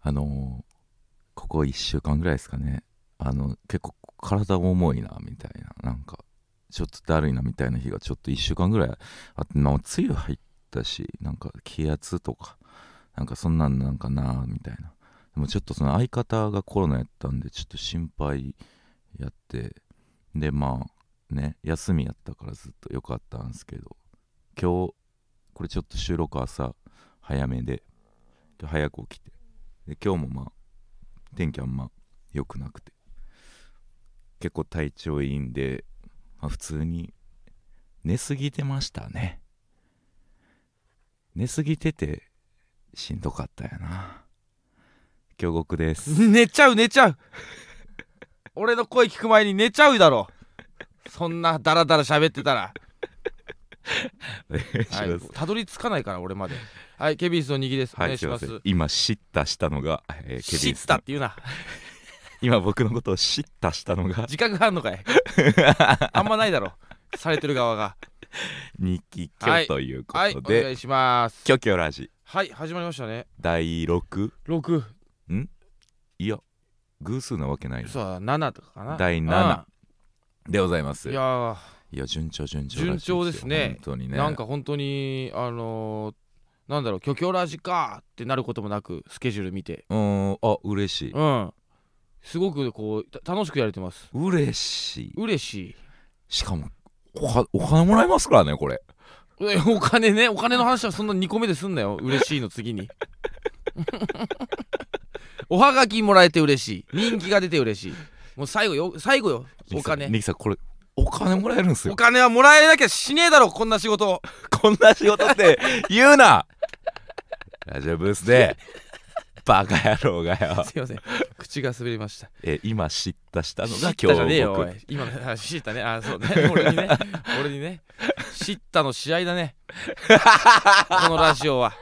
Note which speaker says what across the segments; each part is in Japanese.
Speaker 1: あのここ1週間ぐらいですかねあの結構体重いなみたいななんかちょっとだるいなみたいな日がちょっと1週間ぐらいあって、まあ、梅雨入ったしなんか気圧とかなんかそんなんなんかなみたいなでもちょっとその相方がコロナやったんでちょっと心配やってでまあね休みやったからずっと良かったんですけど今日これちょっと収録朝早めで今日早く起きてで今日もまあ天気あんま良くなくて結構体調いいんで、まあ、普通に寝すぎてましたね寝すぎててしんどかったやな京極です
Speaker 2: 寝ちゃう寝ちゃう俺の声聞く前に寝ちゃうだろそんなダラダラ喋ってたら、
Speaker 1: お願い します
Speaker 2: はい、たどり着かないから俺まではいケビンスのにぎです、
Speaker 1: は
Speaker 2: お願い
Speaker 1: い、す
Speaker 2: し
Speaker 1: いま
Speaker 2: ま
Speaker 1: せん
Speaker 2: す。
Speaker 1: 今、叱咤したのが、えー、ケビ
Speaker 2: 知
Speaker 1: ン
Speaker 2: っ
Speaker 1: ス
Speaker 2: たって言うな
Speaker 1: 今、僕のことを叱咤したのが、
Speaker 2: 自覚があんのか いあんまないだろされてる側が
Speaker 1: 日記
Speaker 2: は
Speaker 1: 今日
Speaker 2: い
Speaker 1: というこ
Speaker 2: はい
Speaker 1: と
Speaker 2: お
Speaker 1: で、
Speaker 2: 願いします
Speaker 1: キョキョラジ
Speaker 2: はい始まりましたね
Speaker 1: 第 6?
Speaker 2: 6
Speaker 1: いや、偶数なわけないな
Speaker 2: そうだ7とかかな
Speaker 1: 第7でございます。
Speaker 2: うん
Speaker 1: い
Speaker 2: い
Speaker 1: や、
Speaker 2: や
Speaker 1: 順調、順調。
Speaker 2: 順調ですね
Speaker 1: 本当に
Speaker 2: ー、
Speaker 1: ね。
Speaker 2: なんか本当にあのーなんだろう虚協ラジかーってなることもなくスケジュール見て
Speaker 1: うーん、あ、嬉しい。
Speaker 2: うんすごくこうた楽しくやれてます
Speaker 1: 嬉しい。
Speaker 2: 嬉しい
Speaker 1: しかも、おはお金もらえますからね、これ。
Speaker 2: えお金ねお金の話はそんな2個目ですんなよ嬉しいの次 におはがきもらえて嬉しい人気が出て嬉しいもう最後よ最後よお
Speaker 1: ニ
Speaker 2: 金
Speaker 1: キさん、これ、お金もらえるんですよ
Speaker 2: お。金はもらえなきゃしねえだろこんな仕事
Speaker 1: こんな仕事って言うなラジオブースでバカ野郎がよ
Speaker 2: すいません口が滑りました
Speaker 1: え今知ったしたのが
Speaker 2: 知ったじゃ
Speaker 1: 今
Speaker 2: ねえ
Speaker 1: 日
Speaker 2: よ
Speaker 1: 僕
Speaker 2: おい今の話知ったねあそうね 俺にね俺にね知ったの試合 だねこのラジオは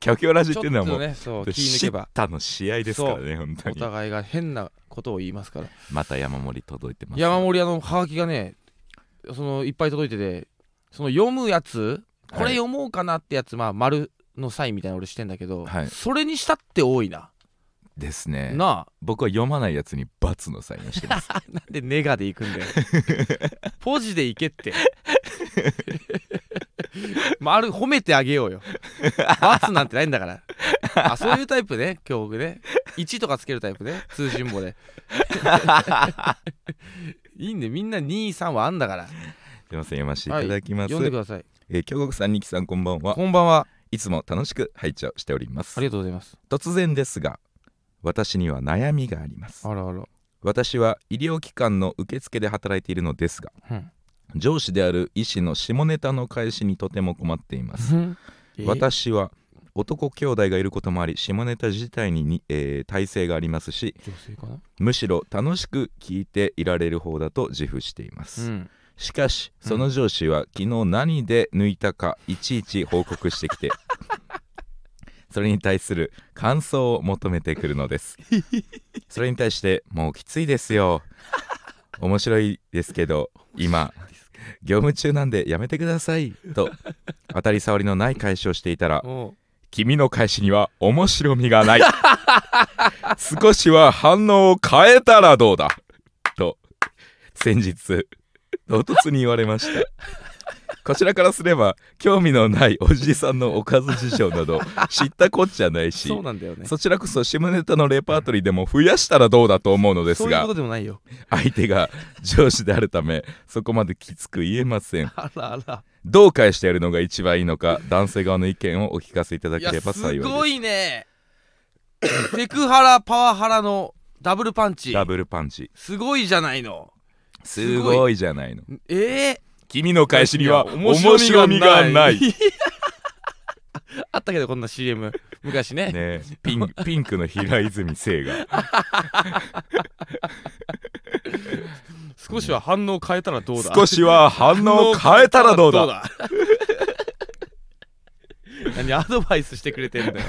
Speaker 1: キョキョラジっ
Speaker 2: ちょ
Speaker 1: て
Speaker 2: っ
Speaker 1: いうのはも
Speaker 2: と
Speaker 1: う
Speaker 2: ねそう気抜
Speaker 1: 知
Speaker 2: け
Speaker 1: っ
Speaker 2: ば
Speaker 1: たの試合ですからね本当
Speaker 2: お
Speaker 1: に
Speaker 2: 互いが変なことを言いますから
Speaker 1: また山盛り届いてます
Speaker 2: 山盛りあのハガキがねそのいっぱい届いててその読むやつこ
Speaker 1: は
Speaker 2: れ
Speaker 1: い
Speaker 2: 読もうかなってやつ、まあ丸のサインみたいなの俺してんだけど、
Speaker 1: はい
Speaker 2: それにしたって多いな、
Speaker 1: ですね
Speaker 2: な
Speaker 1: 僕は読まないやつに罰のサインをして ます
Speaker 2: あなんでネガでいく んだよポジでいけって丸褒めてあげようよ罰なんてないんだからあそういうタイプね今日僕ね1とかつけるタイプね通信 簿でいいんでみんな23はあんだから
Speaker 1: すいません読ませていただきます、
Speaker 2: 読んでください
Speaker 1: えー京極さんニキさんこんばんは
Speaker 2: こんばんはい
Speaker 1: つも楽しく拝聴しております
Speaker 2: ありがとうございます。
Speaker 1: 突然ですが私には悩みがあります
Speaker 2: あらあら。
Speaker 1: 私は医療機関の受付で働いているのですが
Speaker 2: うん
Speaker 1: 上司である医師の下ネタの返しにとても困っています私は男兄弟がいることもあり下ネタ自体にに、えー耐性がありますし
Speaker 2: 女性かな。
Speaker 1: むしろ楽しく聞いていられる方だと自負しています、
Speaker 2: ん。
Speaker 1: しかしその上司は昨日何で抜いたかいちいち報告してきてそれに対する感想を求めてくるのですそれに対してもうきついですよ面白いですけど今業務中なんでやめてくださいと当たり障りのない返しをしていたら
Speaker 2: おう
Speaker 1: 君の返しには面白みがない 少しは反応を変えたらどうだと先日唐突に言われましたこちらからすれば興味のないおじさんのおかず事情など知ったこっちゃないし
Speaker 2: そうなんだよね。
Speaker 1: そちらこそ下ネタのレパートリーでも増やしたらどうだと思うのです
Speaker 2: そういうこ
Speaker 1: が
Speaker 2: とでもないよ。
Speaker 1: 相手が上司であるためそこまできつく言えません
Speaker 2: あらあら。
Speaker 1: どう返してやるのが一番いいのか男性側の意見をお聞かせいただ
Speaker 2: い
Speaker 1: け
Speaker 2: や
Speaker 1: れば幸いで
Speaker 2: す
Speaker 1: す
Speaker 2: ごいね。 セクハラパワハラのダブルパンチ。
Speaker 1: ダブルパンチ
Speaker 2: すごいじゃないの。
Speaker 1: す
Speaker 2: す
Speaker 1: ごい
Speaker 2: ご
Speaker 1: じゃないの
Speaker 2: ええ。
Speaker 1: 君の返しには面白
Speaker 2: 白
Speaker 1: み
Speaker 2: み
Speaker 1: が
Speaker 2: が
Speaker 1: な
Speaker 2: ないい あったけどこんな CM 昔ね。
Speaker 1: ねピンピンクの平泉聖 が
Speaker 2: 少しは反応変えたらどうだ。
Speaker 1: 少しは反応を変えたらどうだ
Speaker 2: 何アドバイスしてくれてん だよ。
Speaker 1: ど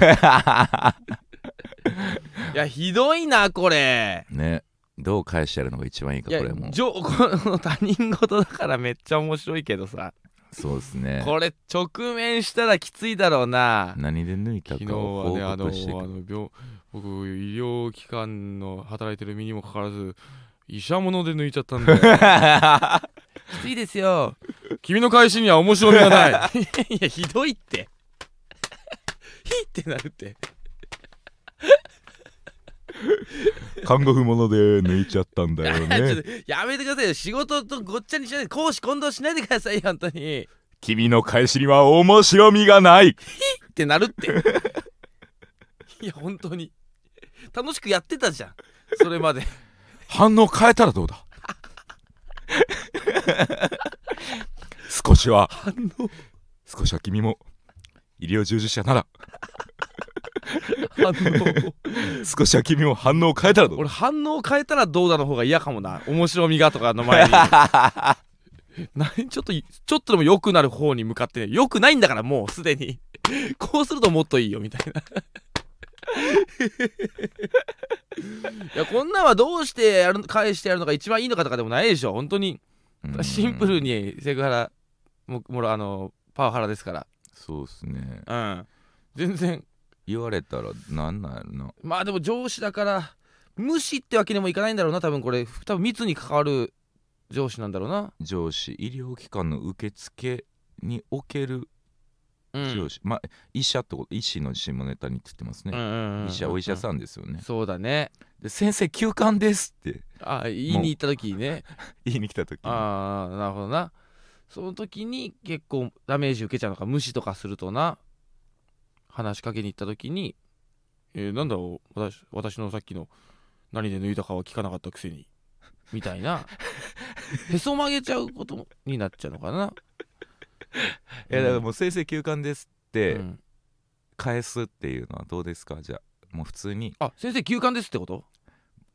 Speaker 2: いやひどいなこれ。
Speaker 1: ねどう返してやるのが一番いいか
Speaker 2: い
Speaker 1: こ
Speaker 2: や
Speaker 1: れも
Speaker 2: じょこの他人事だからめっちゃ面白いけどさ
Speaker 1: そうですね
Speaker 2: これ直面したらきついだろうな
Speaker 1: 何で抜いた
Speaker 2: 昨日
Speaker 1: かを
Speaker 2: はね
Speaker 1: 報
Speaker 2: あのあ
Speaker 1: 告してく
Speaker 2: の病僕医療機関の働いてる身にもかかわらず医者物で抜いちゃったんで きついですよ君の返しには面白みがない いやひどいってひってなるって
Speaker 1: 看護婦もので抜いちゃったんだよ
Speaker 2: ちょっとやめてくださいよ仕事とごっちゃにしないで公私混同しないでくださいよ本当に
Speaker 1: 君の返しには面白みがない
Speaker 2: ってなるって いや本当に楽しくやってたじゃんそれまで
Speaker 1: 反応変えたらどう だ少しは
Speaker 2: 反応
Speaker 1: 少しは君も医療従事者なら
Speaker 2: 反応
Speaker 1: 少しは君も反応を変えたらどう
Speaker 2: 俺反応変えたらどうだの方が嫌かもな面白みがとかの 前に何ちょっといちょっとでも良くなる方に向かってね良くないんだからもうすでにこうするともっといいよみた いないやこんなんはどうしてやる返してやるのが一番いいのかとかでもないでしょ本当に
Speaker 1: だ
Speaker 2: シンプルにセクハラももろあのパワハラですか
Speaker 1: そうっすね
Speaker 2: らうん全然
Speaker 1: 言われたらなんなんやろな
Speaker 2: まあでも上司だから無視ってわけにもいかないんだろうな多分これ多分密に関わる上司なんだろうな、
Speaker 1: 上司医療機関の受付における
Speaker 2: うん、
Speaker 1: 上司、まあ医者ってこと医師の下ネタにって言ってます
Speaker 2: うん
Speaker 1: ね、
Speaker 2: うんうん、
Speaker 1: 医者お医者
Speaker 2: ん、
Speaker 1: さんですよね、
Speaker 2: そうだね
Speaker 1: で先生休館ですって
Speaker 2: あ言いに行った時にね
Speaker 1: 言いに来た時に
Speaker 2: ああなるほどなその時に結構ダメージ受けちゃうのか無視とかするとな話しかけに行った時に「えーなんだろう私私のさっきの何で抜いたかは聞かなかったくせに」みたい なへそ曲げちゃうことになっちゃうのかな。
Speaker 1: いやだからもう先生休館ですって
Speaker 2: うん
Speaker 1: 返すっていうのはどうですかじゃあもう普通に
Speaker 2: あ先生休館ですってこと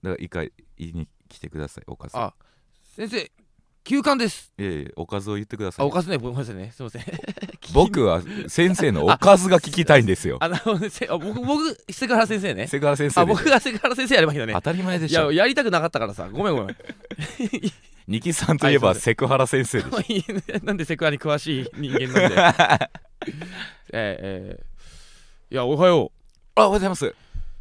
Speaker 1: だから一回言いに来てくださいおかず
Speaker 2: あ先生休館です
Speaker 1: いやいやおかずを言ってくださ
Speaker 2: あ
Speaker 1: い
Speaker 2: おかずねごめんなさいねすいません
Speaker 1: 僕は先生のおかずが聞きたいんですよ
Speaker 2: あなるほどねせあ僕僕セクハラ先生ね
Speaker 1: セクハラ先
Speaker 2: あ
Speaker 1: 生で
Speaker 2: 僕がセクハラ先生やればいいのね
Speaker 1: 当たり前で
Speaker 2: い
Speaker 1: し
Speaker 2: や
Speaker 1: ょ
Speaker 2: やりたくなかったからさごめんご めん
Speaker 1: ニキさんといえば
Speaker 2: はいすいません
Speaker 1: セクハラ先生でしょ
Speaker 2: なんでセクハラに詳しい人間なんで えーえーいやおはよ
Speaker 1: あおはようございます
Speaker 2: う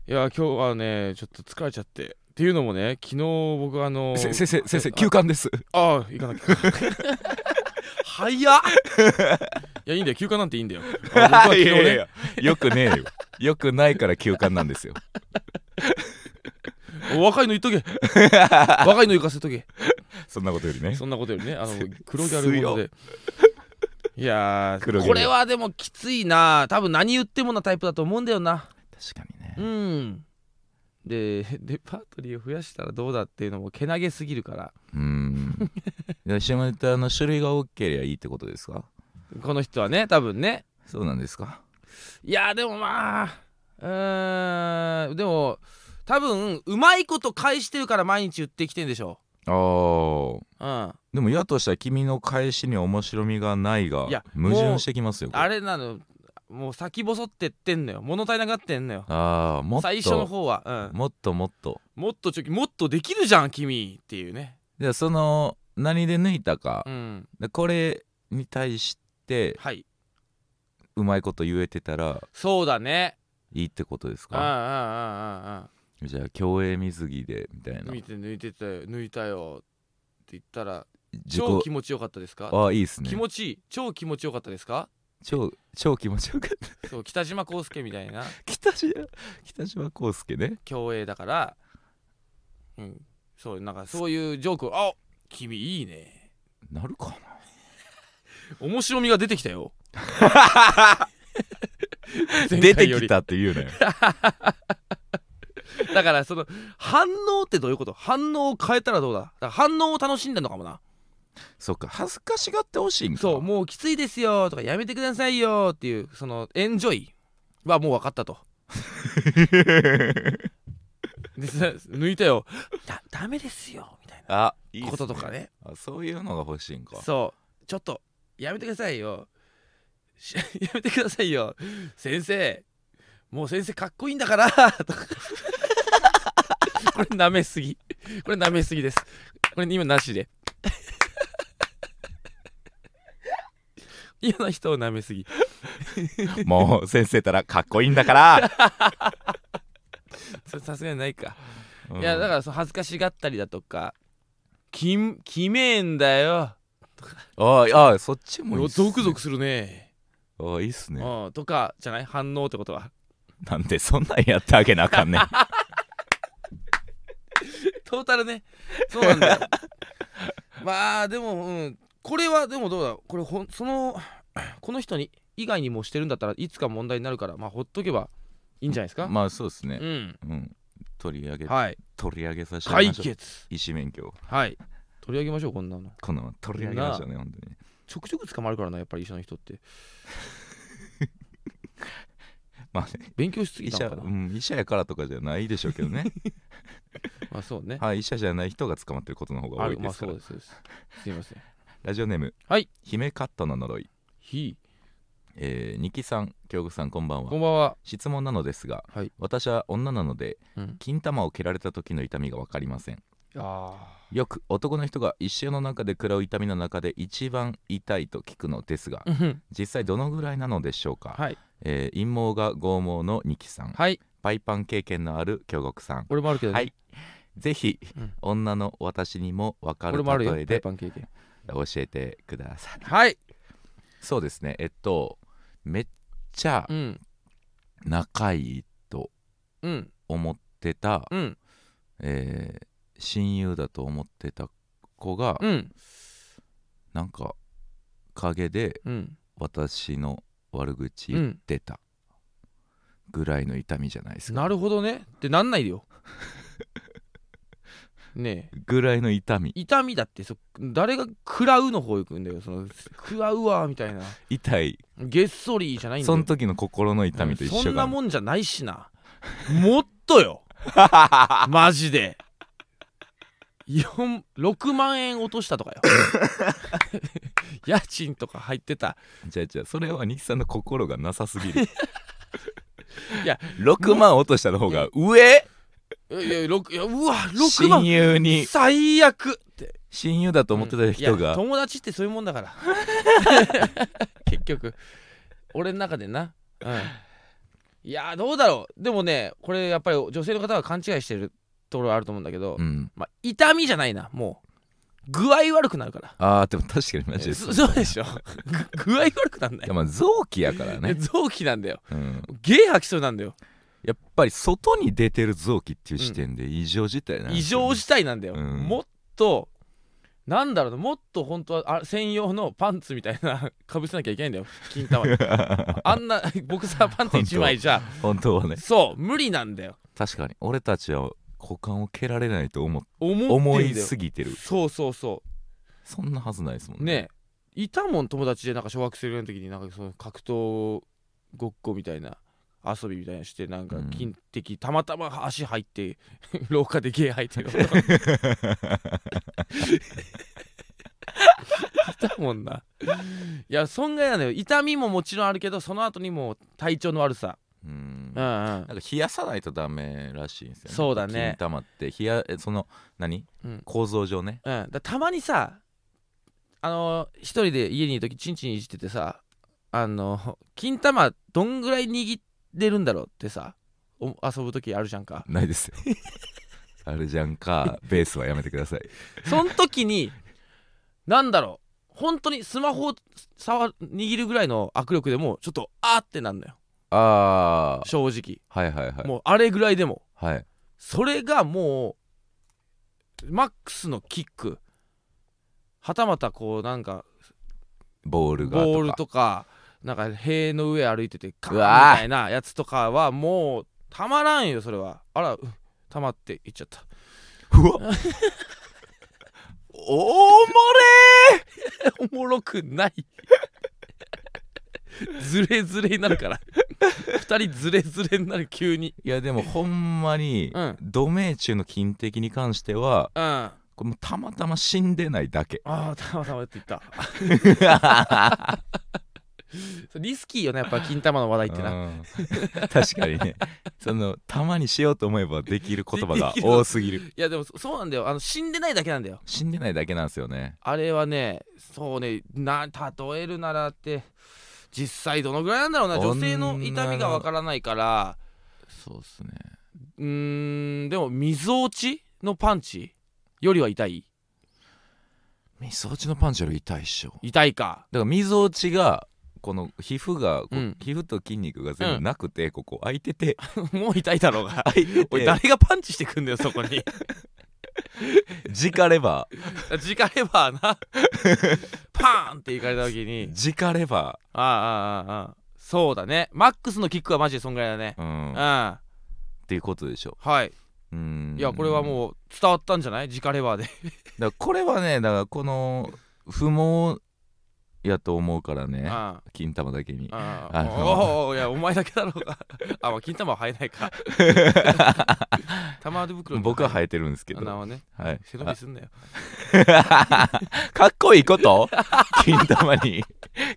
Speaker 2: いや今日はねちょっと疲れちゃってっていうのもね昨日僕あの
Speaker 1: せ先生先生
Speaker 2: あ
Speaker 1: 休館です
Speaker 2: ああ行かなきゃ早っ いやいいんだよ休暇なんていいん だよあ僕は昨日
Speaker 1: いやいやい
Speaker 2: ね
Speaker 1: やよくねえよよくないから休館なんですよ
Speaker 2: お若いの言っ とけ若いの行かせとけ
Speaker 1: そんなことよりね
Speaker 2: そんなことよりねあの黒ギャルものでいや
Speaker 1: 黒ギャ
Speaker 2: ー
Speaker 1: ル
Speaker 2: これはでもきついな多分何言ってもなタイプだと思うんだよな
Speaker 1: 確かにね
Speaker 2: うんでレパートリーを増やしたらどうだっていうのもけなげすぎるから
Speaker 1: うーんいや下ネタの種類が多ければいいってことですか
Speaker 2: この人はね多分ね
Speaker 1: そうなんですか
Speaker 2: いやーでもまあうーんでも多分うまいこと返してるから毎日言ってきてんでしょ
Speaker 1: ああ
Speaker 2: うん
Speaker 1: でもやとしたら君の返しに面白みがないが
Speaker 2: いや
Speaker 1: 矛盾してきますよこれ
Speaker 2: あれなのもう先細ってってんのよ物足りなくなってんのよ
Speaker 1: あーもっと
Speaker 2: 最初の方は、うん、
Speaker 1: もっともっと
Speaker 2: もっとちょきもっとできるじゃん君っていうね
Speaker 1: でその何で抜いたか
Speaker 2: う、ん
Speaker 1: でこれに対して
Speaker 2: はいう
Speaker 1: まいこと言えてたら
Speaker 2: そうだね
Speaker 1: いいってことです
Speaker 2: うんうん
Speaker 1: か
Speaker 2: うんうんうん
Speaker 1: じゃあ競泳水着でみたいな
Speaker 2: 抜いて抜いてたよ抜いたよって言ったら
Speaker 1: 自己
Speaker 2: 超気持ちよかったですか
Speaker 1: ああいいですね
Speaker 2: 気持ちいい超気持ちよかったですか
Speaker 1: 超超気持ちよかった
Speaker 2: そう北島康介みたいな
Speaker 1: 北島北島康介ね
Speaker 2: 競泳だからうんそうなんかそういうジョークをあ君いいね
Speaker 1: なるかな
Speaker 2: 面白みが出てき たよ
Speaker 1: 出てき
Speaker 2: た
Speaker 1: たって言う なよ
Speaker 2: だからその反応ってどういうこと反応を変えたらどうだだから反応を楽しんだのかもな
Speaker 1: そっか恥ずかしがってほしいんか
Speaker 2: そうもうきついですよとかやめてくださいよっていうそのエンジョイはもう分 かったとでさ抜いたよだダメですよみたい
Speaker 1: あいいっす
Speaker 2: なこととかね
Speaker 1: あそういうのが欲しいんか
Speaker 2: そうちょっとやめてくださいよし やめてくださいよ先生もう先生かっこいいんだから とかこれ舐めすぎこれ舐めすぎですこれ今なしで嫌な人を舐めすぎ
Speaker 1: もう先生たらかっこいいんだから
Speaker 2: それさすがにないか、
Speaker 1: うん
Speaker 2: いやだからその恥ずかしがったりだとか「ききめえんだよ
Speaker 1: あーあーそっち」もいい
Speaker 2: ゾ
Speaker 1: っすね
Speaker 2: クゾクするね
Speaker 1: あーいいっすね
Speaker 2: うんとかじゃない反応ってことは
Speaker 1: なんでそんなんやってあげなあかんねん
Speaker 2: トータルねそうなんだよ まあでもうんこれはでもどうだこれほんその この人に以外にもしてるんだったらいつか問題になるからまあほっとけばいいんじゃないですか、
Speaker 1: まあそうですね
Speaker 2: うん
Speaker 1: うん取り上げ
Speaker 2: はい
Speaker 1: 取り上げさせてもらい
Speaker 2: 解
Speaker 1: ましょう
Speaker 2: 決
Speaker 1: 医師免許を
Speaker 2: はい取り上げましょうこんなの
Speaker 1: この取り上げましたね本当に
Speaker 2: ちょくちょく捕まるからなやっぱり医者の人って
Speaker 1: まあね
Speaker 2: 勉強しすぎ
Speaker 1: 医
Speaker 2: た
Speaker 1: 者、
Speaker 2: のか
Speaker 1: う
Speaker 2: な、
Speaker 1: ん、医者やからとかじゃないでしょうけど ね
Speaker 2: まあそうね
Speaker 1: はい医者じゃない人が捕まってることの方が
Speaker 2: あ
Speaker 1: 多
Speaker 2: る
Speaker 1: い
Speaker 2: ま
Speaker 1: で
Speaker 2: あ
Speaker 1: すか
Speaker 2: そ
Speaker 1: ら、
Speaker 2: うですそうですすいません
Speaker 1: ラジオネーム
Speaker 2: はい
Speaker 1: 姫カットの呪い
Speaker 2: ひ
Speaker 1: えー、ニキさん京子さんこんばん
Speaker 2: こ
Speaker 1: は
Speaker 2: んばんは
Speaker 1: 質問なのですが、
Speaker 2: はい
Speaker 1: 私は女なので
Speaker 2: うん
Speaker 1: 金玉を蹴られた時の痛みが分かりません
Speaker 2: あ
Speaker 1: よく男の人が一生の中で食らう痛みの中で一番痛いと聞くのですが
Speaker 2: あうん
Speaker 1: 実際どのぐらいなのでしょうか、
Speaker 2: はい
Speaker 1: えー陰謀が剛毛のニキさん、
Speaker 2: はい
Speaker 1: パイパン経験のある京極さん
Speaker 2: 俺もあるけどね、
Speaker 1: はいぜひ、
Speaker 2: うん
Speaker 1: 女の私にも分か
Speaker 2: 俺もあ
Speaker 1: る
Speaker 2: るよ
Speaker 1: 例え
Speaker 2: フライ
Speaker 1: で
Speaker 2: パン経験
Speaker 1: 教えてください
Speaker 2: はい
Speaker 1: そうですねえっとめっちゃ
Speaker 2: うん
Speaker 1: 仲いいと
Speaker 2: うん
Speaker 1: 思ってた、
Speaker 2: うん
Speaker 1: えー親友だと思ってた子が、
Speaker 2: うん
Speaker 1: なんか陰で
Speaker 2: うん
Speaker 1: 私の悪口
Speaker 2: う
Speaker 1: 言っ
Speaker 2: ん
Speaker 1: てたぐらいの痛みじゃないですか、
Speaker 2: なるほどねってなんないでよねえ
Speaker 1: ぐらいの痛み
Speaker 2: 痛みだってそ誰が食らうの方行くんだよその食らうわみたいな
Speaker 1: 痛い
Speaker 2: げっそりじゃないんだ
Speaker 1: そ
Speaker 2: よ
Speaker 1: の時の心の痛みと一
Speaker 2: そ
Speaker 1: 緒
Speaker 2: ん
Speaker 1: が、
Speaker 2: なもんじゃないしなもっとよマジで4 6万円落としたとかよ 家賃とか入ってた
Speaker 1: じゃあじゃあそれは西さんの心がなさす ぎる
Speaker 2: いや
Speaker 1: 6万落としたの方が上
Speaker 2: いやいやろくいやうわ6
Speaker 1: 親
Speaker 2: 万
Speaker 1: 友に
Speaker 2: 最悪って
Speaker 1: 親友だと思ってた人
Speaker 2: いや
Speaker 1: が、
Speaker 2: 友達ってそういうもん だから結局俺の中でなうんいやどうだろうでもねこれやっぱり女性の方は勘違いしてるところはあると思うんだけど、
Speaker 1: うん、
Speaker 2: まあ、痛みじゃないなもう具合悪くなるから
Speaker 1: あーでも確かにマジ
Speaker 2: え
Speaker 1: です、
Speaker 2: そそうで しょぐ具合悪くなんない
Speaker 1: いやまあ臓器やから
Speaker 2: え
Speaker 1: ね、
Speaker 2: 臓器なんだよ
Speaker 1: うん、
Speaker 2: ゲー吐きそうなんだよ
Speaker 1: やっぱり外に出てる臓器っていう視点で異常事態なんで
Speaker 2: 異
Speaker 1: すよね
Speaker 2: 常事態なんだよ、
Speaker 1: うん
Speaker 2: もっとなんだろうなもっと本当はあ専用のパンツみたいな かぶせなきゃいけないんだよ金 玉にあんなボクサーパンツ1枚じゃ
Speaker 1: 本当はね
Speaker 2: そう無理なんだよ
Speaker 1: 確かに俺たちは股間を蹴られないと思っ
Speaker 2: 思ってんだよ
Speaker 1: 思いすぎてる
Speaker 2: そうそうそ
Speaker 1: そんなはずないですもん
Speaker 2: うねえいたもん友達でなんか小学生ぐらいの時になんかその格闘ごっこみたいな遊びみたいなのしてなんか
Speaker 1: うん
Speaker 2: 金的、たまたま足入って 廊下でゲー入って る男だもんないや損害なのよ痛みももちろんあるけどその後にもう体調の悪さ
Speaker 1: うん
Speaker 2: うんうん
Speaker 1: なんか冷やさないとダメらしいんですよね
Speaker 2: そうだね
Speaker 1: 金玉って冷やえその何
Speaker 2: うん、
Speaker 1: 構造上ね
Speaker 2: うん、だたまにさあの一人で家にいる時チンチンいじっててさあの金玉どんぐらい握ってるんだろうってさお遊ぶ時あるじゃんか
Speaker 1: ないです よあるじゃんかベースはやめてください
Speaker 2: そん時になんだろう本当にスマホを触る握るぐらいの握力でもうちょっとあーってなんのよ
Speaker 1: あー
Speaker 2: 正直、
Speaker 1: はいはいはい
Speaker 2: もうあれぐらいでも
Speaker 1: はい
Speaker 2: それがもうマックスのキックはたまたこうなんか
Speaker 1: ボールが
Speaker 2: ボール
Speaker 1: とか
Speaker 2: とかなんか塀の上歩いててカーン
Speaker 1: うわー
Speaker 2: みたいなやつとかはもうたまらんよそれはあらうたまっていっちゃった
Speaker 1: う わおもれー
Speaker 2: おもろくないずれずれになるから2人ずれずれになる急に
Speaker 1: いやでもほんまに、
Speaker 2: うん
Speaker 1: ド命中の金的に関しては
Speaker 2: うんあ
Speaker 1: これもうたまたま死んでないだ け
Speaker 2: あたまたまって言ったリスキーよねやっぱ金玉の話題ってな
Speaker 1: うん確かにねそのたまにしようと思えばできる言葉が多すぎる
Speaker 2: いやでもそそうなんだよあの死んでないだけなんだよ
Speaker 1: 死んでないだけなんですよね
Speaker 2: あれはねそうねな例えるならって実際どのぐらいなんだろうな女性の痛みがわからないから
Speaker 1: そうっすね
Speaker 2: うーんでも水落ちのパンチよりは痛い
Speaker 1: みそ落ちのパンチより痛いっしょ
Speaker 2: 痛いか
Speaker 1: だからみぞおちがこの皮膚がこう、
Speaker 2: うん
Speaker 1: 皮膚と筋肉が全部なくて、ここ空いてて
Speaker 2: もう痛いだろ うが
Speaker 1: 空いて
Speaker 2: おい
Speaker 1: て
Speaker 2: 誰がパンチしてくんだよそ こに
Speaker 1: 直レバ
Speaker 2: 直レバーなパーンっていかれた時に
Speaker 1: ー直レバ
Speaker 2: ああああああそうだねマックスのキックはマジでそんぐらいだね
Speaker 1: ー、う
Speaker 2: うん
Speaker 1: ん、っ
Speaker 2: は
Speaker 1: ていうことでしょ
Speaker 2: い
Speaker 1: うん
Speaker 2: いやこれは
Speaker 1: う
Speaker 2: もう伝わったんじゃない直レバーで
Speaker 1: だからこれはねだからこの不毛やと思うからね
Speaker 2: あ
Speaker 1: 金玉だけに
Speaker 2: ああ
Speaker 1: あ
Speaker 2: あ
Speaker 1: の
Speaker 2: おおいやお前だけだろうがあまあ金玉は生えないか玉手袋に
Speaker 1: 僕は生
Speaker 2: え
Speaker 1: えてるんですけど、
Speaker 2: 穴
Speaker 1: は
Speaker 2: はね
Speaker 1: い、
Speaker 2: 背伸びすんなよ
Speaker 1: あかっこいいこと 金玉に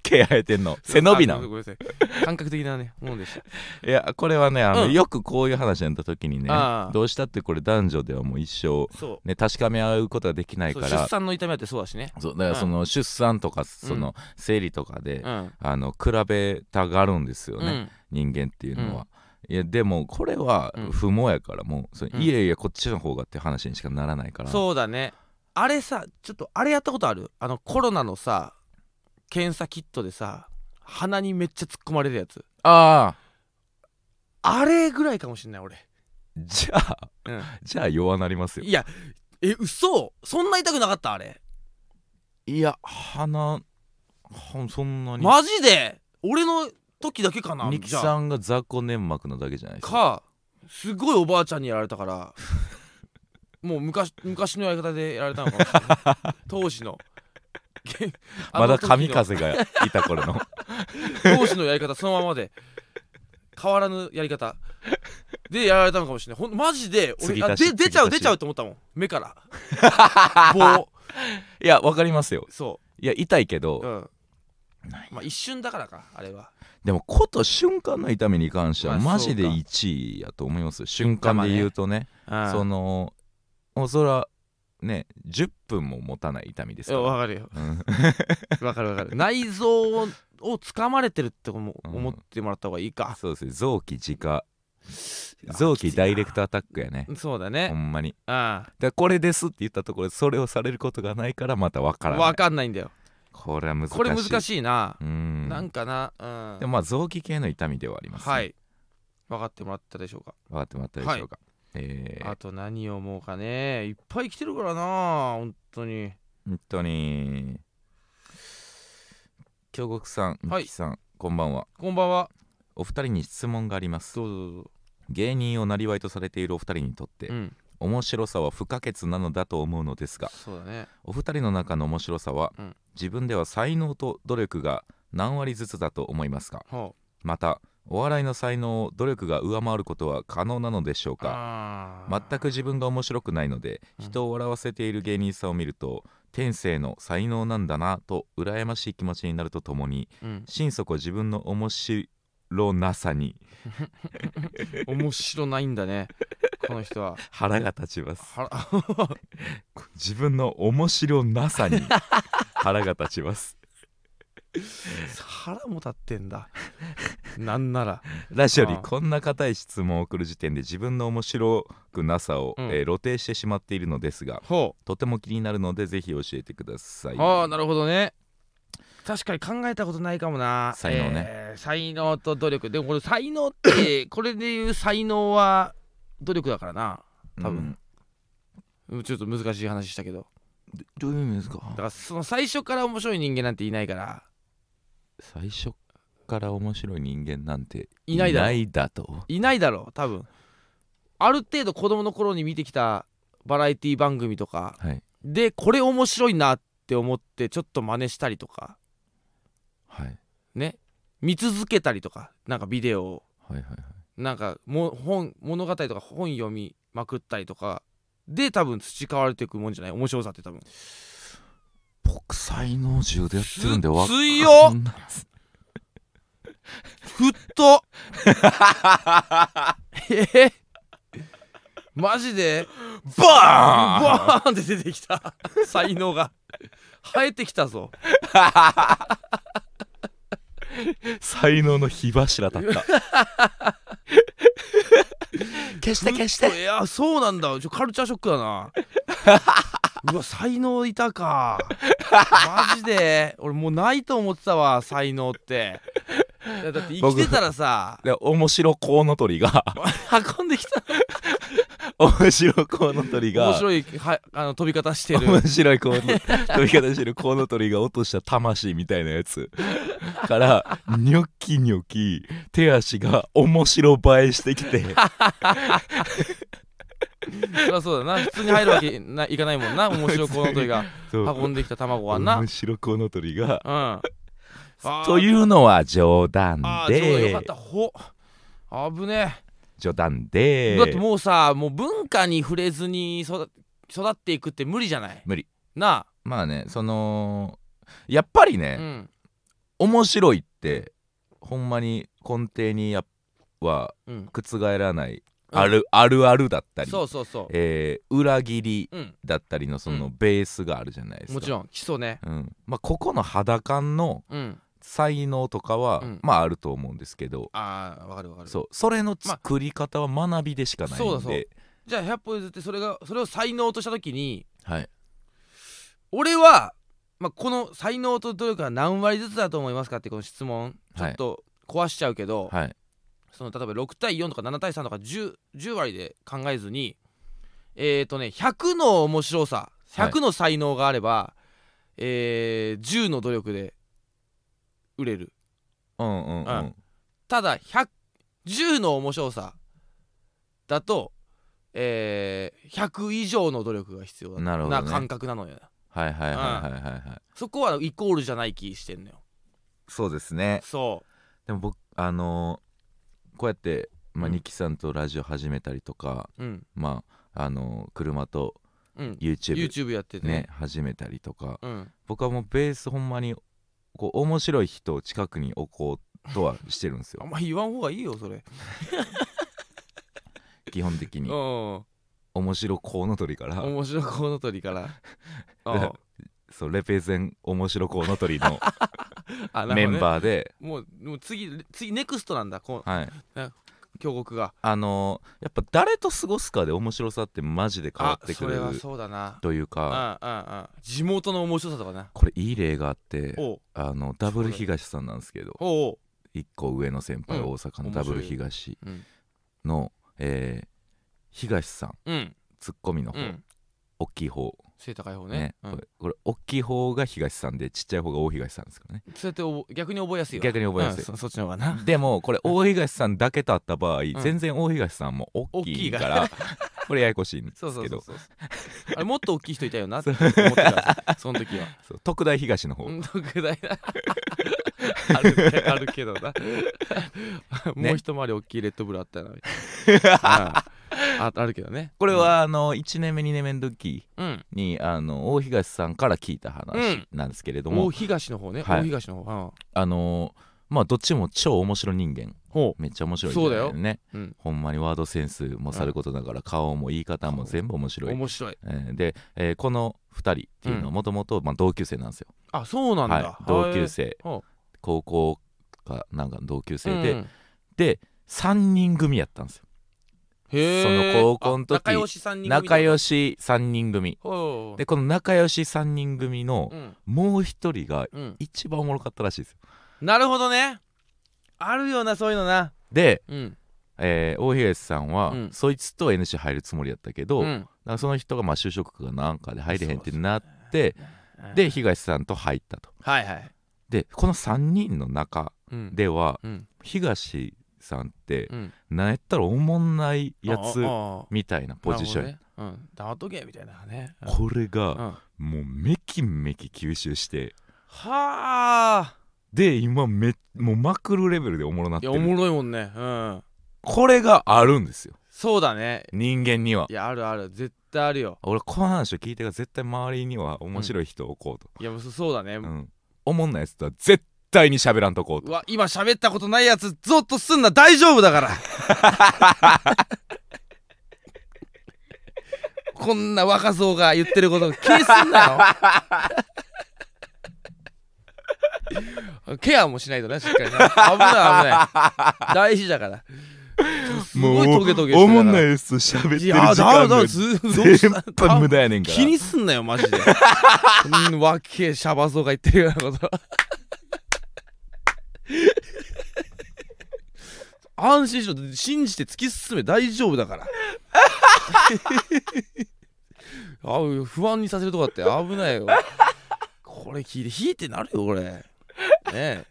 Speaker 1: 毛生えてんの背伸びな
Speaker 2: あご
Speaker 1: の
Speaker 2: めんなさい感覚的なねもんでした
Speaker 1: いやこれはねあの、
Speaker 2: うん
Speaker 1: よくこういう話になった時にね
Speaker 2: ああ
Speaker 1: どうしたってこれ男女ではもう一生
Speaker 2: そ
Speaker 1: ね、確かめ合うことができな
Speaker 2: う
Speaker 1: い
Speaker 2: そ
Speaker 1: か
Speaker 2: う
Speaker 1: ら
Speaker 2: 出産の痛みだってそうだしね
Speaker 1: そうだからその出産とかその生理とかで、
Speaker 2: うん
Speaker 1: あの比べたがるんですよ
Speaker 2: う
Speaker 1: ね、
Speaker 2: ん
Speaker 1: 人間っていうのは。いやでもこれは
Speaker 2: うん
Speaker 1: 不毛やからもうそれ、
Speaker 2: うん
Speaker 1: いやいやこっちの方がって話にしかならないから
Speaker 2: そうだねあれさちょっとあれやったことあるあのコロナのさ検査キットでさ鼻にめっちゃ突っ込まれるやつ
Speaker 1: ああ
Speaker 2: あれぐらいかもしんない俺、
Speaker 1: じゃあ
Speaker 2: うん、
Speaker 1: じゃあ弱なりますよ
Speaker 2: いやえ嘘そんな痛くなかったあれ
Speaker 1: いや鼻ほんそんなに、
Speaker 2: マジで俺の時だけかな
Speaker 1: ミキ
Speaker 2: じゃ
Speaker 1: さ
Speaker 2: あ
Speaker 1: んが雑魚粘膜なだけじゃないですか
Speaker 2: かすごいおばあちゃんにやられたから もう昔昔のやり方でやられたのかもしれ ない当時の
Speaker 1: まだ
Speaker 2: あの時の
Speaker 1: 神風がいた頃 の
Speaker 2: 当時のやり方そのままで変わらぬやり方でやられたのかもしれないほんマジで
Speaker 1: 継ぎ
Speaker 2: 俺
Speaker 1: 足
Speaker 2: あ
Speaker 1: し
Speaker 2: で出ちゃう
Speaker 1: 継ぎ足し
Speaker 2: 出ちゃうと思ったもん目から 棒
Speaker 1: いやわかりますよ
Speaker 2: そ
Speaker 1: いや痛いけど、
Speaker 2: う、うん、
Speaker 1: ない
Speaker 2: まあ一瞬だからかあれは
Speaker 1: でもこと瞬間の痛みに関しては
Speaker 2: まあ
Speaker 1: マジで
Speaker 2: そうか
Speaker 1: 1位やと思いますよ瞬間で言うとねそ
Speaker 2: ん
Speaker 1: のもうそれはね10分も持たない痛みですか
Speaker 2: わ
Speaker 1: ら
Speaker 2: かるよ
Speaker 1: うん
Speaker 2: わかるわかる内臓をを掴まれてるって思う
Speaker 1: うん
Speaker 2: 思ってもらった方がいい か、
Speaker 1: そうですね臓器直臓器ダイレクトアタックやね
Speaker 2: そうだ
Speaker 1: ほ
Speaker 2: ね
Speaker 1: んまに
Speaker 2: あ
Speaker 1: だからこれですって言ったところでそれをされることがないからまたわ
Speaker 2: あ
Speaker 1: からない
Speaker 2: わかんないんだよ
Speaker 1: これは難しい
Speaker 2: これ難
Speaker 1: い
Speaker 2: しいな、
Speaker 1: うん
Speaker 2: なんかなうん
Speaker 1: でもまあ臓器系の痛みではありますね
Speaker 2: はい分かってもらったでしょうか
Speaker 1: 分かってもらったでしょうかえー
Speaker 2: あと何を思うかねいっぱい来てるからな本当に
Speaker 1: 本当に京極さん
Speaker 2: は
Speaker 1: 三
Speaker 2: い
Speaker 1: 木さん、こんばんは
Speaker 2: こんばんは
Speaker 1: お二人に質問があります
Speaker 2: どうぞどうぞ
Speaker 1: 芸人をなりわいとされているお二人にとって、
Speaker 2: うん
Speaker 1: 面白さは不可欠なのだと思うのですが
Speaker 2: そうだね
Speaker 1: お二人の中の面白さは、
Speaker 2: うん
Speaker 1: 自分では才能と努力が何割ずつだと思いますか
Speaker 2: ほ
Speaker 1: またお笑いの才能を努力が上回ることは可能なのでしょう
Speaker 2: う
Speaker 1: か
Speaker 2: あー
Speaker 1: 全く自分が面白くないので
Speaker 2: うん
Speaker 1: 人を笑わせている芸人さんを見ると天性の才能なんだなと羨ましい気持ちになるとともに
Speaker 2: うん
Speaker 1: 心底自分の面白なさに
Speaker 2: 面白ないんだねこの人は
Speaker 1: 腹が立ちます
Speaker 2: はら
Speaker 1: 自分の面白なさ に腹が立ちます
Speaker 2: 腹も立ってんだなんなら
Speaker 1: ラジオに
Speaker 2: ああ
Speaker 1: こんな硬い質問を送る時点で自分の面白くなさを、
Speaker 2: うん
Speaker 1: えー露呈してしまっているのですが
Speaker 2: ほ
Speaker 1: とても気になるのでぜひ教えてくださいう
Speaker 2: ああなるほどね確かに考えたことないかもな
Speaker 1: 才能ね
Speaker 2: えー才能と努力でもこれ才能って これでいう才能は努力だからな多分うんちょっと難しい話したけど
Speaker 1: うんどどういう意味ですか
Speaker 2: だからその最初から面白い人間なんていないから
Speaker 1: 最初から面白い人間なんて
Speaker 2: いないだろ
Speaker 1: いだと
Speaker 2: いないだろう多分ある程度子供の頃に見てきたバラエティ番組とか
Speaker 1: はい
Speaker 2: でこれ面白いなって思ってちょっと真似したりとか
Speaker 1: はい
Speaker 2: ね見続けたりとかなんかビデオを
Speaker 1: はいはいはい
Speaker 2: なんかも本物語とか本読みまくったりとかで多分培われていくもんじゃない面白さって多分
Speaker 1: 僕才能中でやってるんでわ
Speaker 2: つ強っ
Speaker 1: かんないです
Speaker 2: ふっとえマジで
Speaker 1: バーン
Speaker 2: バーンって出てきた才能が生えてきたぞ
Speaker 1: 才能の火柱だった消して消して
Speaker 2: いやそうなんだちょカルチャーショックだなうわ才能いたかマジで俺もうないと思ってたわ才能っていやだって生きてたらさ
Speaker 1: で面白コウノトリ が
Speaker 2: 運んできた
Speaker 1: 面白コウノトリが
Speaker 2: 面白いはあの飛び方してる
Speaker 1: 面白いコウノ飛び方してるコウノトリが落とした魂みたいなやつからニョキニョキ手足が面白映えしてき て
Speaker 2: そりゃそうだな普通に入るわけないかないも んな面白いこの鳥が
Speaker 1: そう
Speaker 2: 運んできた卵はなうん
Speaker 1: 面白コウノトリが
Speaker 2: あー
Speaker 1: というのは冗談
Speaker 2: あーちょうどよか
Speaker 1: で
Speaker 2: ったほ危ね
Speaker 1: 冗談
Speaker 2: え
Speaker 1: で
Speaker 2: だってもうさもう文化に触れずに育育っていくって無理じゃない
Speaker 1: 無理
Speaker 2: な
Speaker 1: まあねそのやっぱり
Speaker 2: あ、う
Speaker 1: ね、
Speaker 2: ん
Speaker 1: 面白いってほんまに根底にやっは
Speaker 2: うん、
Speaker 1: 覆らない、あるあるあるだったり、
Speaker 2: そうそうそ
Speaker 1: えー裏切り
Speaker 2: ううん
Speaker 1: だったりのそうのベースがあるじゃないですか。
Speaker 2: もちろん基礎ね
Speaker 1: うんまあ、ここの肌感の
Speaker 2: うん
Speaker 1: 才能とかは、
Speaker 2: うん
Speaker 1: まああると思うんですけど
Speaker 2: ああわかるわかる
Speaker 1: そうそれの作り方は学びでしかないんで、
Speaker 2: そうだそうじゃあ100歩譲ってそれがそれを才能とした時に
Speaker 1: はい、
Speaker 2: 俺は、まあ、この才能と努力は何割ずつだと思いますかってこの質問ちょ
Speaker 1: はい
Speaker 2: っと壊しちゃうけど、
Speaker 1: はい、
Speaker 2: その例えば6対4とか7対3とか 10, 10割で考えずにえっ、ー、とね100の面白さ
Speaker 1: はい
Speaker 2: 100の才能があれば、えー10の努力で売れる
Speaker 1: うんうんうん、
Speaker 2: うただ100 10の面白さだと、えー100以上の努力が必要だ
Speaker 1: なるほどね
Speaker 2: 感覚なのよな
Speaker 1: はいはいはいはいはいはい、
Speaker 2: そこはイコールじゃない気してんのよ
Speaker 1: そうですね
Speaker 2: そ
Speaker 1: でも僕あのーこうやって、まあ、
Speaker 2: うん
Speaker 1: ニキさんとラジオ始めたりとか、
Speaker 2: ううん
Speaker 1: まああのー車と
Speaker 2: うん
Speaker 1: YouTube
Speaker 2: YouTube やってて
Speaker 1: ね始めたりとか
Speaker 2: うん
Speaker 1: 僕はもうベースほんまにこう面白い人を近くに置こうとはしてるんです
Speaker 2: あ
Speaker 1: よ
Speaker 2: んま言わん方がいいよそれ
Speaker 1: 基本的
Speaker 2: うん
Speaker 1: に面白コウノトリから
Speaker 2: 面白いコウノトリ から
Speaker 1: だ
Speaker 2: あ
Speaker 1: そうレペゼン面白コウノト リの
Speaker 2: あ
Speaker 1: メン
Speaker 2: ー
Speaker 1: バーで、
Speaker 2: もうもう次次ネクストなんだこ
Speaker 1: はい、
Speaker 2: う京極が
Speaker 1: あのーやっぱ誰と過ごすかで面白さってマジで変わ
Speaker 2: あ
Speaker 1: ってく
Speaker 2: それ
Speaker 1: る
Speaker 2: はそうだな
Speaker 1: という
Speaker 2: うんうんう
Speaker 1: か
Speaker 2: ん地元の面白さとかな
Speaker 1: これいい例があって
Speaker 2: おう
Speaker 1: あのダブル東さんなんですけど
Speaker 2: おう
Speaker 1: 一個上の先輩、
Speaker 2: うん
Speaker 1: 大阪の
Speaker 2: 面白
Speaker 1: ダ
Speaker 2: い
Speaker 1: ブル東
Speaker 2: おううん
Speaker 1: の、えー東さん
Speaker 2: うん
Speaker 1: ツッコミの方、
Speaker 2: うん
Speaker 1: 大きい方
Speaker 2: 背高い方
Speaker 1: ね
Speaker 2: ねう
Speaker 1: こ
Speaker 2: ん
Speaker 1: れこれ大きい方が東さんでちっちゃい方が大東さんですからね
Speaker 2: そうやっておぼ逆に覚えやすいよ
Speaker 1: 逆に覚えやすい
Speaker 2: うんそそっちの方が な
Speaker 1: でもこれ大東さんだけとあった場合、全然大東さんも大きいから これややこしいんですけ
Speaker 2: そ
Speaker 1: ど
Speaker 2: うそうそうそうあれもっと大きい人いたよなって思ってたからその時は
Speaker 1: そう特大東の方、
Speaker 2: うん特大 なあるあるけどな、
Speaker 1: ね
Speaker 2: もう一回り大きいレッドブル あったよなみたいなあああるけどね
Speaker 1: これはあの1年目2年目の時
Speaker 2: うん
Speaker 1: にあの大東さんから聞いた話なんですけれども、
Speaker 2: 大東の方ね、
Speaker 1: はい
Speaker 2: 大東の方、
Speaker 1: あのまあどっちも超面白人間
Speaker 2: うん、ほ
Speaker 1: めっちゃ面白い人だよね
Speaker 2: う、うん、
Speaker 1: ほんまにワードセンスもさることながら顔も言い方も全部面白い、
Speaker 2: 面白い
Speaker 1: えーで、えーこの2人っていうのはもともと同級生なんですよ、
Speaker 2: あそうなんだ、
Speaker 1: はい、同級生
Speaker 2: ほ
Speaker 1: 高校かなんかの同級
Speaker 2: う
Speaker 1: 生で、
Speaker 2: うん
Speaker 1: で3人組やったんですよ
Speaker 2: へえ
Speaker 1: その高校の時
Speaker 2: あ仲良し3人組
Speaker 1: 仲
Speaker 2: し
Speaker 1: 良し3人組
Speaker 2: ほう
Speaker 1: でこの仲良し3人組の
Speaker 2: うん
Speaker 1: もう1人が
Speaker 2: うん、
Speaker 1: 一番おもろかったらしいですよ
Speaker 2: なるほどねあるよなそういうのな
Speaker 1: で、
Speaker 2: うん
Speaker 1: えー大東さんは、
Speaker 2: うん
Speaker 1: そいつと NC 入るつもりやったけど、
Speaker 2: う
Speaker 1: なん
Speaker 2: ん
Speaker 1: かその人がまあ就職かなんかで入れへんってなっ
Speaker 2: そう
Speaker 1: て
Speaker 2: うん
Speaker 1: で東さんと入ったと
Speaker 2: はいはい、
Speaker 1: でこの3人の中
Speaker 2: うん、
Speaker 1: では
Speaker 2: うん
Speaker 1: 東さんって
Speaker 2: うん
Speaker 1: なんやったらおもんないやつ
Speaker 2: あああ
Speaker 1: みたいなポジション、
Speaker 2: なるほどね、うん黙っとけみたいなねうん
Speaker 1: これ
Speaker 2: うん
Speaker 1: が
Speaker 2: は
Speaker 1: もうめきめき吸収して
Speaker 2: あ
Speaker 1: で今めもうまくるレベルでおもろなっ
Speaker 2: い
Speaker 1: て
Speaker 2: やお
Speaker 1: る
Speaker 2: もろいもんねうん
Speaker 1: これがあるんですよ
Speaker 2: そうだね
Speaker 1: 人間にはい
Speaker 2: やあるある絶対あるよ
Speaker 1: 俺この話を聞いてから絶対周りには面白い人を置こうと、
Speaker 2: いやもうそそうだね、
Speaker 1: うんおもんないやつとは絶対に喋らんとこう
Speaker 2: う
Speaker 1: と
Speaker 2: わ今喋ったことないやつゾッとすんな大丈夫だから こんな若造が言ってること気にすんなよケアもしないとなしっかりな危ない危ない大事だからすごいトゲトゲして
Speaker 1: おもんない
Speaker 2: い
Speaker 1: やつ喋ってる
Speaker 2: い
Speaker 1: 時
Speaker 2: やだだ
Speaker 1: 間が
Speaker 2: だず
Speaker 1: 全部無駄やねんから
Speaker 2: 気にすんなよマジでうんわけえシャバ僧が言ってるようなこと安心しろ信じて突き進め大丈夫だからあ不安にさせるとこだって危ないよこれ聞いて引いてなるよこれねえ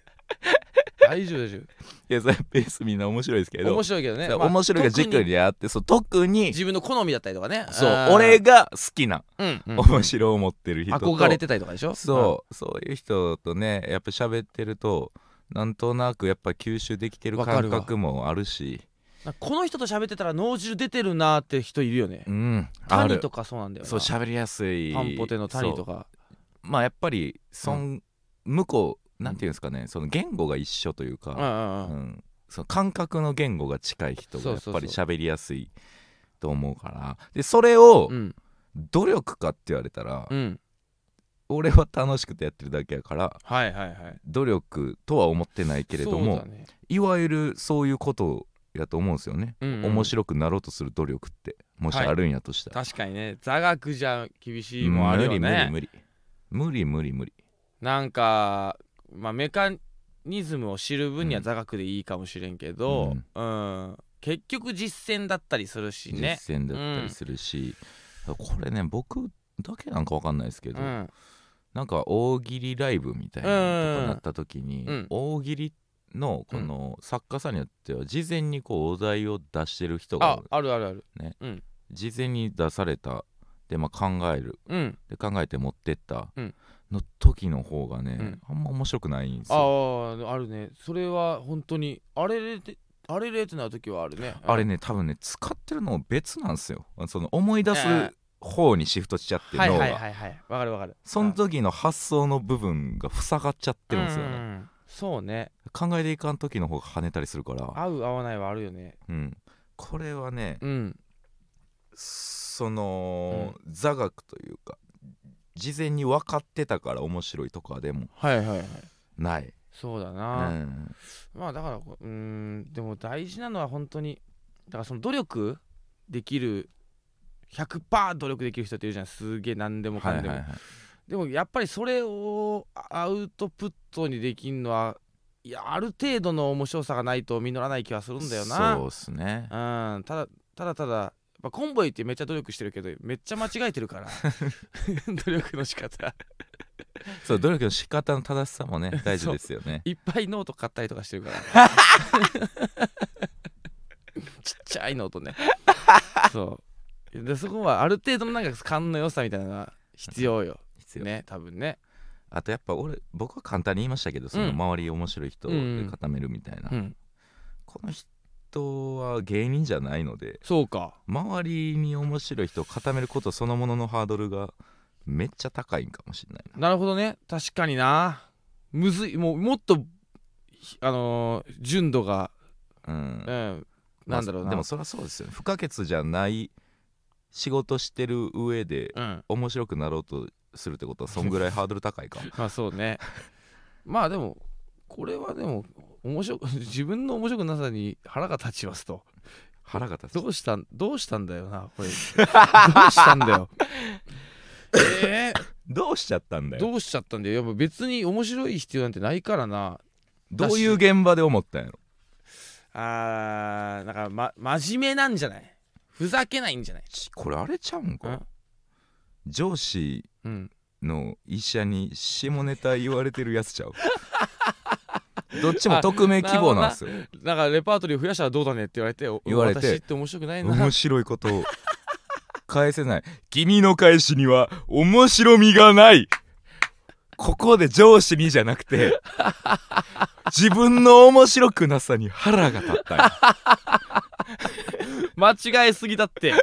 Speaker 2: 大丈夫大丈
Speaker 1: いやそれペースみんな面白いですけ
Speaker 2: 夫
Speaker 1: ど
Speaker 2: 面白いけどね、
Speaker 1: そう
Speaker 2: まあ
Speaker 1: 面白いが軸
Speaker 2: 特に
Speaker 1: にあってそう特に
Speaker 2: 自分の好みだったりとかね
Speaker 1: そう
Speaker 2: あー
Speaker 1: 俺が好きな
Speaker 2: うんうん
Speaker 1: 面白を持ってる人と
Speaker 2: 憧れてたりとかでしょ
Speaker 1: そうそういう人とねやっぱ喋ってるとなんとなくやっぱ吸収できてる
Speaker 2: わかる
Speaker 1: 感
Speaker 2: わ
Speaker 1: 覚もあるし
Speaker 2: なんかこの人と喋ってたら脳汁出てるなーって人いるよね
Speaker 1: うんあ
Speaker 2: 谷
Speaker 1: る
Speaker 2: とかそうなんだよな
Speaker 1: そう喋りやすい
Speaker 2: パンポテの谷と
Speaker 1: か
Speaker 2: か
Speaker 1: まあやっぱりそん向こうなんていうんですかねその言語が一緒という
Speaker 2: うん
Speaker 1: か、
Speaker 2: うん
Speaker 1: う
Speaker 2: うん
Speaker 1: ん、その感覚の言語が近い人がやっ
Speaker 2: そう
Speaker 1: ぱ
Speaker 2: そ
Speaker 1: り
Speaker 2: うそ
Speaker 1: 喋りやすいと思うからでそれを
Speaker 2: うん
Speaker 1: 努力かって言われたら、
Speaker 2: うん
Speaker 1: 俺は楽しくてやってるだけやから
Speaker 2: はいはいはい
Speaker 1: 努力とは思ってないけれども、
Speaker 2: そうだね
Speaker 1: いわゆるそういうことやと思うんですよね、
Speaker 2: うんうん
Speaker 1: 面白くなろうとする努力ってもし
Speaker 2: はい
Speaker 1: あるんやとしたら、
Speaker 2: 確かにね座学じゃ厳しいもんあ
Speaker 1: 無
Speaker 2: る
Speaker 1: 理
Speaker 2: よ
Speaker 1: 無理
Speaker 2: ね
Speaker 1: 無理無理無理無理
Speaker 2: なんかまあメカニズムを知る分には座学でいいかもしれんけどうん結局実践だったりするしね
Speaker 1: 実践だったりするし、これね僕だけなんかわかんないですけ
Speaker 2: う
Speaker 1: ど、
Speaker 2: ん
Speaker 1: なんか大喜利ライブみたいなのとかなった時に、
Speaker 2: うん
Speaker 1: 大喜利のこの作家さんによっては事前にこうお題を出してる人
Speaker 2: あ
Speaker 1: が
Speaker 2: あるあるある
Speaker 1: 事前に出されたで、まあ、考える
Speaker 2: うん
Speaker 1: で考えて持ってった
Speaker 2: うん
Speaker 1: の時の方がね、
Speaker 2: うん
Speaker 1: あんま面白くないんです
Speaker 2: あ
Speaker 1: よ。
Speaker 2: ーあるねそれは本当にあれれってあれれってなる時はあるね
Speaker 1: あれね多分ね使ってるの別なんですよその思い出す
Speaker 2: ええ
Speaker 1: 方にシフトしちゃって
Speaker 2: はい
Speaker 1: 脳
Speaker 2: はい
Speaker 1: が
Speaker 2: はいはいわかるわかる
Speaker 1: その時の発想の部分が塞がっちゃってるんですよ
Speaker 2: う
Speaker 1: ね
Speaker 2: んそうね
Speaker 1: 考えていかん時の方が跳ねたりするから、
Speaker 2: 合う合わないはあるよね
Speaker 1: うん、これはね
Speaker 2: うん
Speaker 1: その座学というか事前に分かってたから面白いとかでも
Speaker 2: はいはいはい
Speaker 1: ない、
Speaker 2: そうだ
Speaker 1: う
Speaker 2: な、
Speaker 1: ん、
Speaker 2: まあだからこううーんでも大事なのは本当にだからその努力できる100%努力できる人っているじゃんすげえ何でもか
Speaker 1: はい
Speaker 2: ん
Speaker 1: は
Speaker 2: で
Speaker 1: い
Speaker 2: も、
Speaker 1: はい
Speaker 2: でもやっぱりそれをアウトプットにできるのはいやある程度の面白さがないと実らない気はするんだよな
Speaker 1: そうっすね
Speaker 2: うんただただただまあコンボイってめっちゃ努力してるけどめっちゃ間違えてるから 努力の仕方
Speaker 1: そう努力の仕方の正しさもね 大事ですよね
Speaker 2: いっぱいノート買ったりとかしてるから ちっちゃいノートねそうでそこはある程度のなんか勘の良さみたいなのが必要よ
Speaker 1: 必要
Speaker 2: ね多分ね
Speaker 1: あとやっぱ俺僕は簡単に言いましたけどその周り面白い人で固めるみたいな、
Speaker 2: うん
Speaker 1: この人は芸人じゃないので
Speaker 2: そうか
Speaker 1: 周りに面白い人を固めることそのもののハードルがめっちゃ高いんかもしれないな
Speaker 2: なるほどね確かになむずいもうもっとひあのー純度が、
Speaker 1: うん
Speaker 2: うん、なんだ
Speaker 1: ま
Speaker 2: ろう
Speaker 1: あ
Speaker 2: な、
Speaker 1: でもそりゃそうですよね不可欠じゃない仕事してる上で
Speaker 2: うん
Speaker 1: 面白くなろうとするってことはそんぐらいハードル高いか
Speaker 2: まあそう ねまあでもこれはでも面白く 自分の面白くなさに腹が立ちますと
Speaker 1: 腹が立つ
Speaker 2: どうしたんどうしたんだよな これどうしたんだ よえ
Speaker 1: どうしちゃったんだ
Speaker 2: ー、
Speaker 1: よ
Speaker 2: どうしちゃったんだよやっぱ別に面白い必要なんてないからな
Speaker 1: どういう現場で思ったんやろ
Speaker 2: あーだから、ま、真面目なんじゃないふざけないんじゃない
Speaker 1: ちこれあれちゃうんか
Speaker 2: ん
Speaker 1: 上司
Speaker 2: うん
Speaker 1: の医者に下ネタ言われてるやつちゃう どっちも匿名希望なんですよ
Speaker 2: だからレパートリーを増やしたらどうだねって言われてお
Speaker 1: 言われて
Speaker 2: 私って面白くないな
Speaker 1: 面白いことを返せない君の返しには面白みがないここで上司にじゃなくて自分の面白くなさに腹が立ったんや
Speaker 2: 間違えすぎだって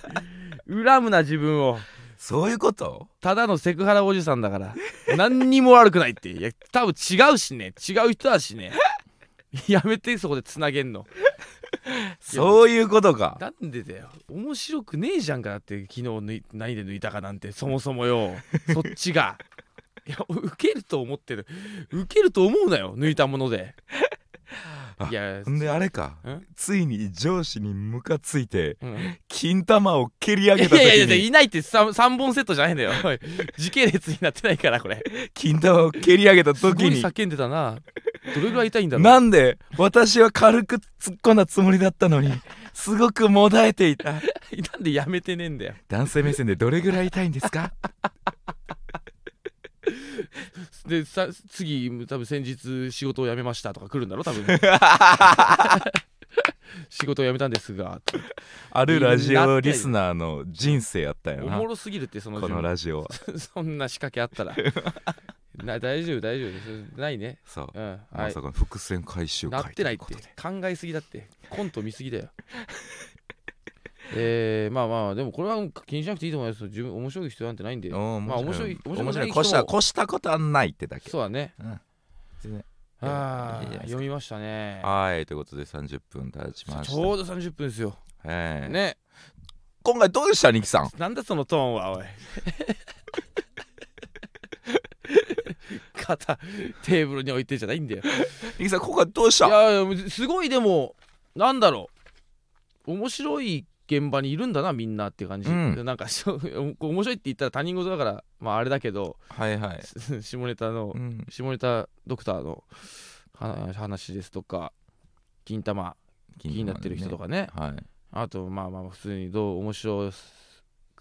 Speaker 2: 恨むな自分を
Speaker 1: そういうこと
Speaker 2: ただのセクハラおじさんだから何にも悪くないっていや多分違うしね違う人だしねやめてそこでつなげんの
Speaker 1: そういうことか
Speaker 2: なんでだよ面白くねえじゃんかだって昨日抜い何で抜いたかなんてそもそもよそっちがいや受けると思ってる受けると思うなよ抜いたもので
Speaker 1: あ
Speaker 2: いや
Speaker 1: んであれか
Speaker 2: うん
Speaker 1: ついに上司にムカついて
Speaker 2: うん
Speaker 1: 金玉を蹴り上
Speaker 2: いや
Speaker 1: げ
Speaker 2: い
Speaker 1: た時
Speaker 2: やいやいや
Speaker 1: に
Speaker 2: いないって 3, 三本セットじゃないんだよおい時系列になってないからこれ
Speaker 1: 金玉を蹴り上げた
Speaker 2: すごい
Speaker 1: 時に
Speaker 2: 叫んでたなどれぐらい痛いんだろう
Speaker 1: なんで私は軽く突っ込んだつもりだったのにすごくもだえていた
Speaker 2: なんでやめてねえんだよ
Speaker 1: 男性目線でどれぐらい痛いんです か
Speaker 2: でさ次多分先日仕事を辞めましたとか来るんだろ 多分仕事を辞めたんですが
Speaker 1: あるラジオリスナーの人生やったよ
Speaker 2: お
Speaker 1: な
Speaker 2: もろすぎるってその
Speaker 1: このラジオは
Speaker 2: そんな仕掛けあったらな大丈夫大丈夫ですないね
Speaker 1: そう
Speaker 2: うんはい、
Speaker 1: まさかの伏線回収
Speaker 2: な
Speaker 1: 会
Speaker 2: ってないっ
Speaker 1: と
Speaker 2: て
Speaker 1: うことで
Speaker 2: 考えすぎだってコント見すぎだよ えー、まあまあでもこれは気にしなくていいと思いますよ自分面白い必要なんてないんで
Speaker 1: おー
Speaker 2: まあ面白い
Speaker 1: 面
Speaker 2: 面
Speaker 1: 面
Speaker 2: 白
Speaker 1: 白
Speaker 2: い
Speaker 1: い
Speaker 2: 人も
Speaker 1: こしたこしたことはないってだけ
Speaker 2: そうだね
Speaker 1: うん全然
Speaker 2: あ
Speaker 1: いいじゃないです
Speaker 2: ー
Speaker 1: か
Speaker 2: 読みましたね
Speaker 1: はいということで30分経ちまし
Speaker 2: ち
Speaker 1: た
Speaker 2: ょうど30分ですよ、
Speaker 1: ええ
Speaker 2: ね
Speaker 1: 今回どうでしたニキさん
Speaker 2: なんだそのトーンはおい肩テーブルに置いてじゃないんだよ
Speaker 1: ニキさん今回どうでし
Speaker 2: い
Speaker 1: た
Speaker 2: やいやすごいでもなんだろう面白い現場にいるんだなみんなって感じ、
Speaker 1: うん
Speaker 2: なんかしょ面白いって言ったら他人事だからまああれだけど、
Speaker 1: はいはい、
Speaker 2: 下ネタの
Speaker 1: うん、
Speaker 2: 下ネタドクターのは話ですとか金玉
Speaker 1: 気
Speaker 2: 気になってる人とかね
Speaker 1: はい
Speaker 2: あとまあまあ普通にどう面白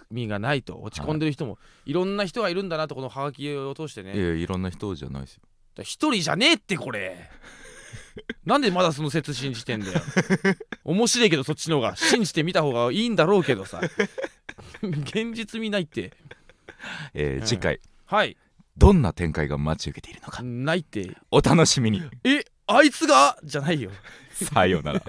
Speaker 2: みがないと落ち込んでる人も、い、ろんな人がいるんだなとこのハガキを通してね
Speaker 1: いやいやいろんな人じゃないですよ
Speaker 2: だから一人じゃねえってこれなんでまだその説信じてんだよ面白いけどそっちの方が信じてみた方がいいんだろうけどさ現実見ないって
Speaker 1: えー
Speaker 2: うん
Speaker 1: 次回
Speaker 2: はい
Speaker 1: どんな展開が待ち受けているのか
Speaker 2: ないって
Speaker 1: お楽しみに
Speaker 2: えあいつがじゃないよ
Speaker 1: さようなら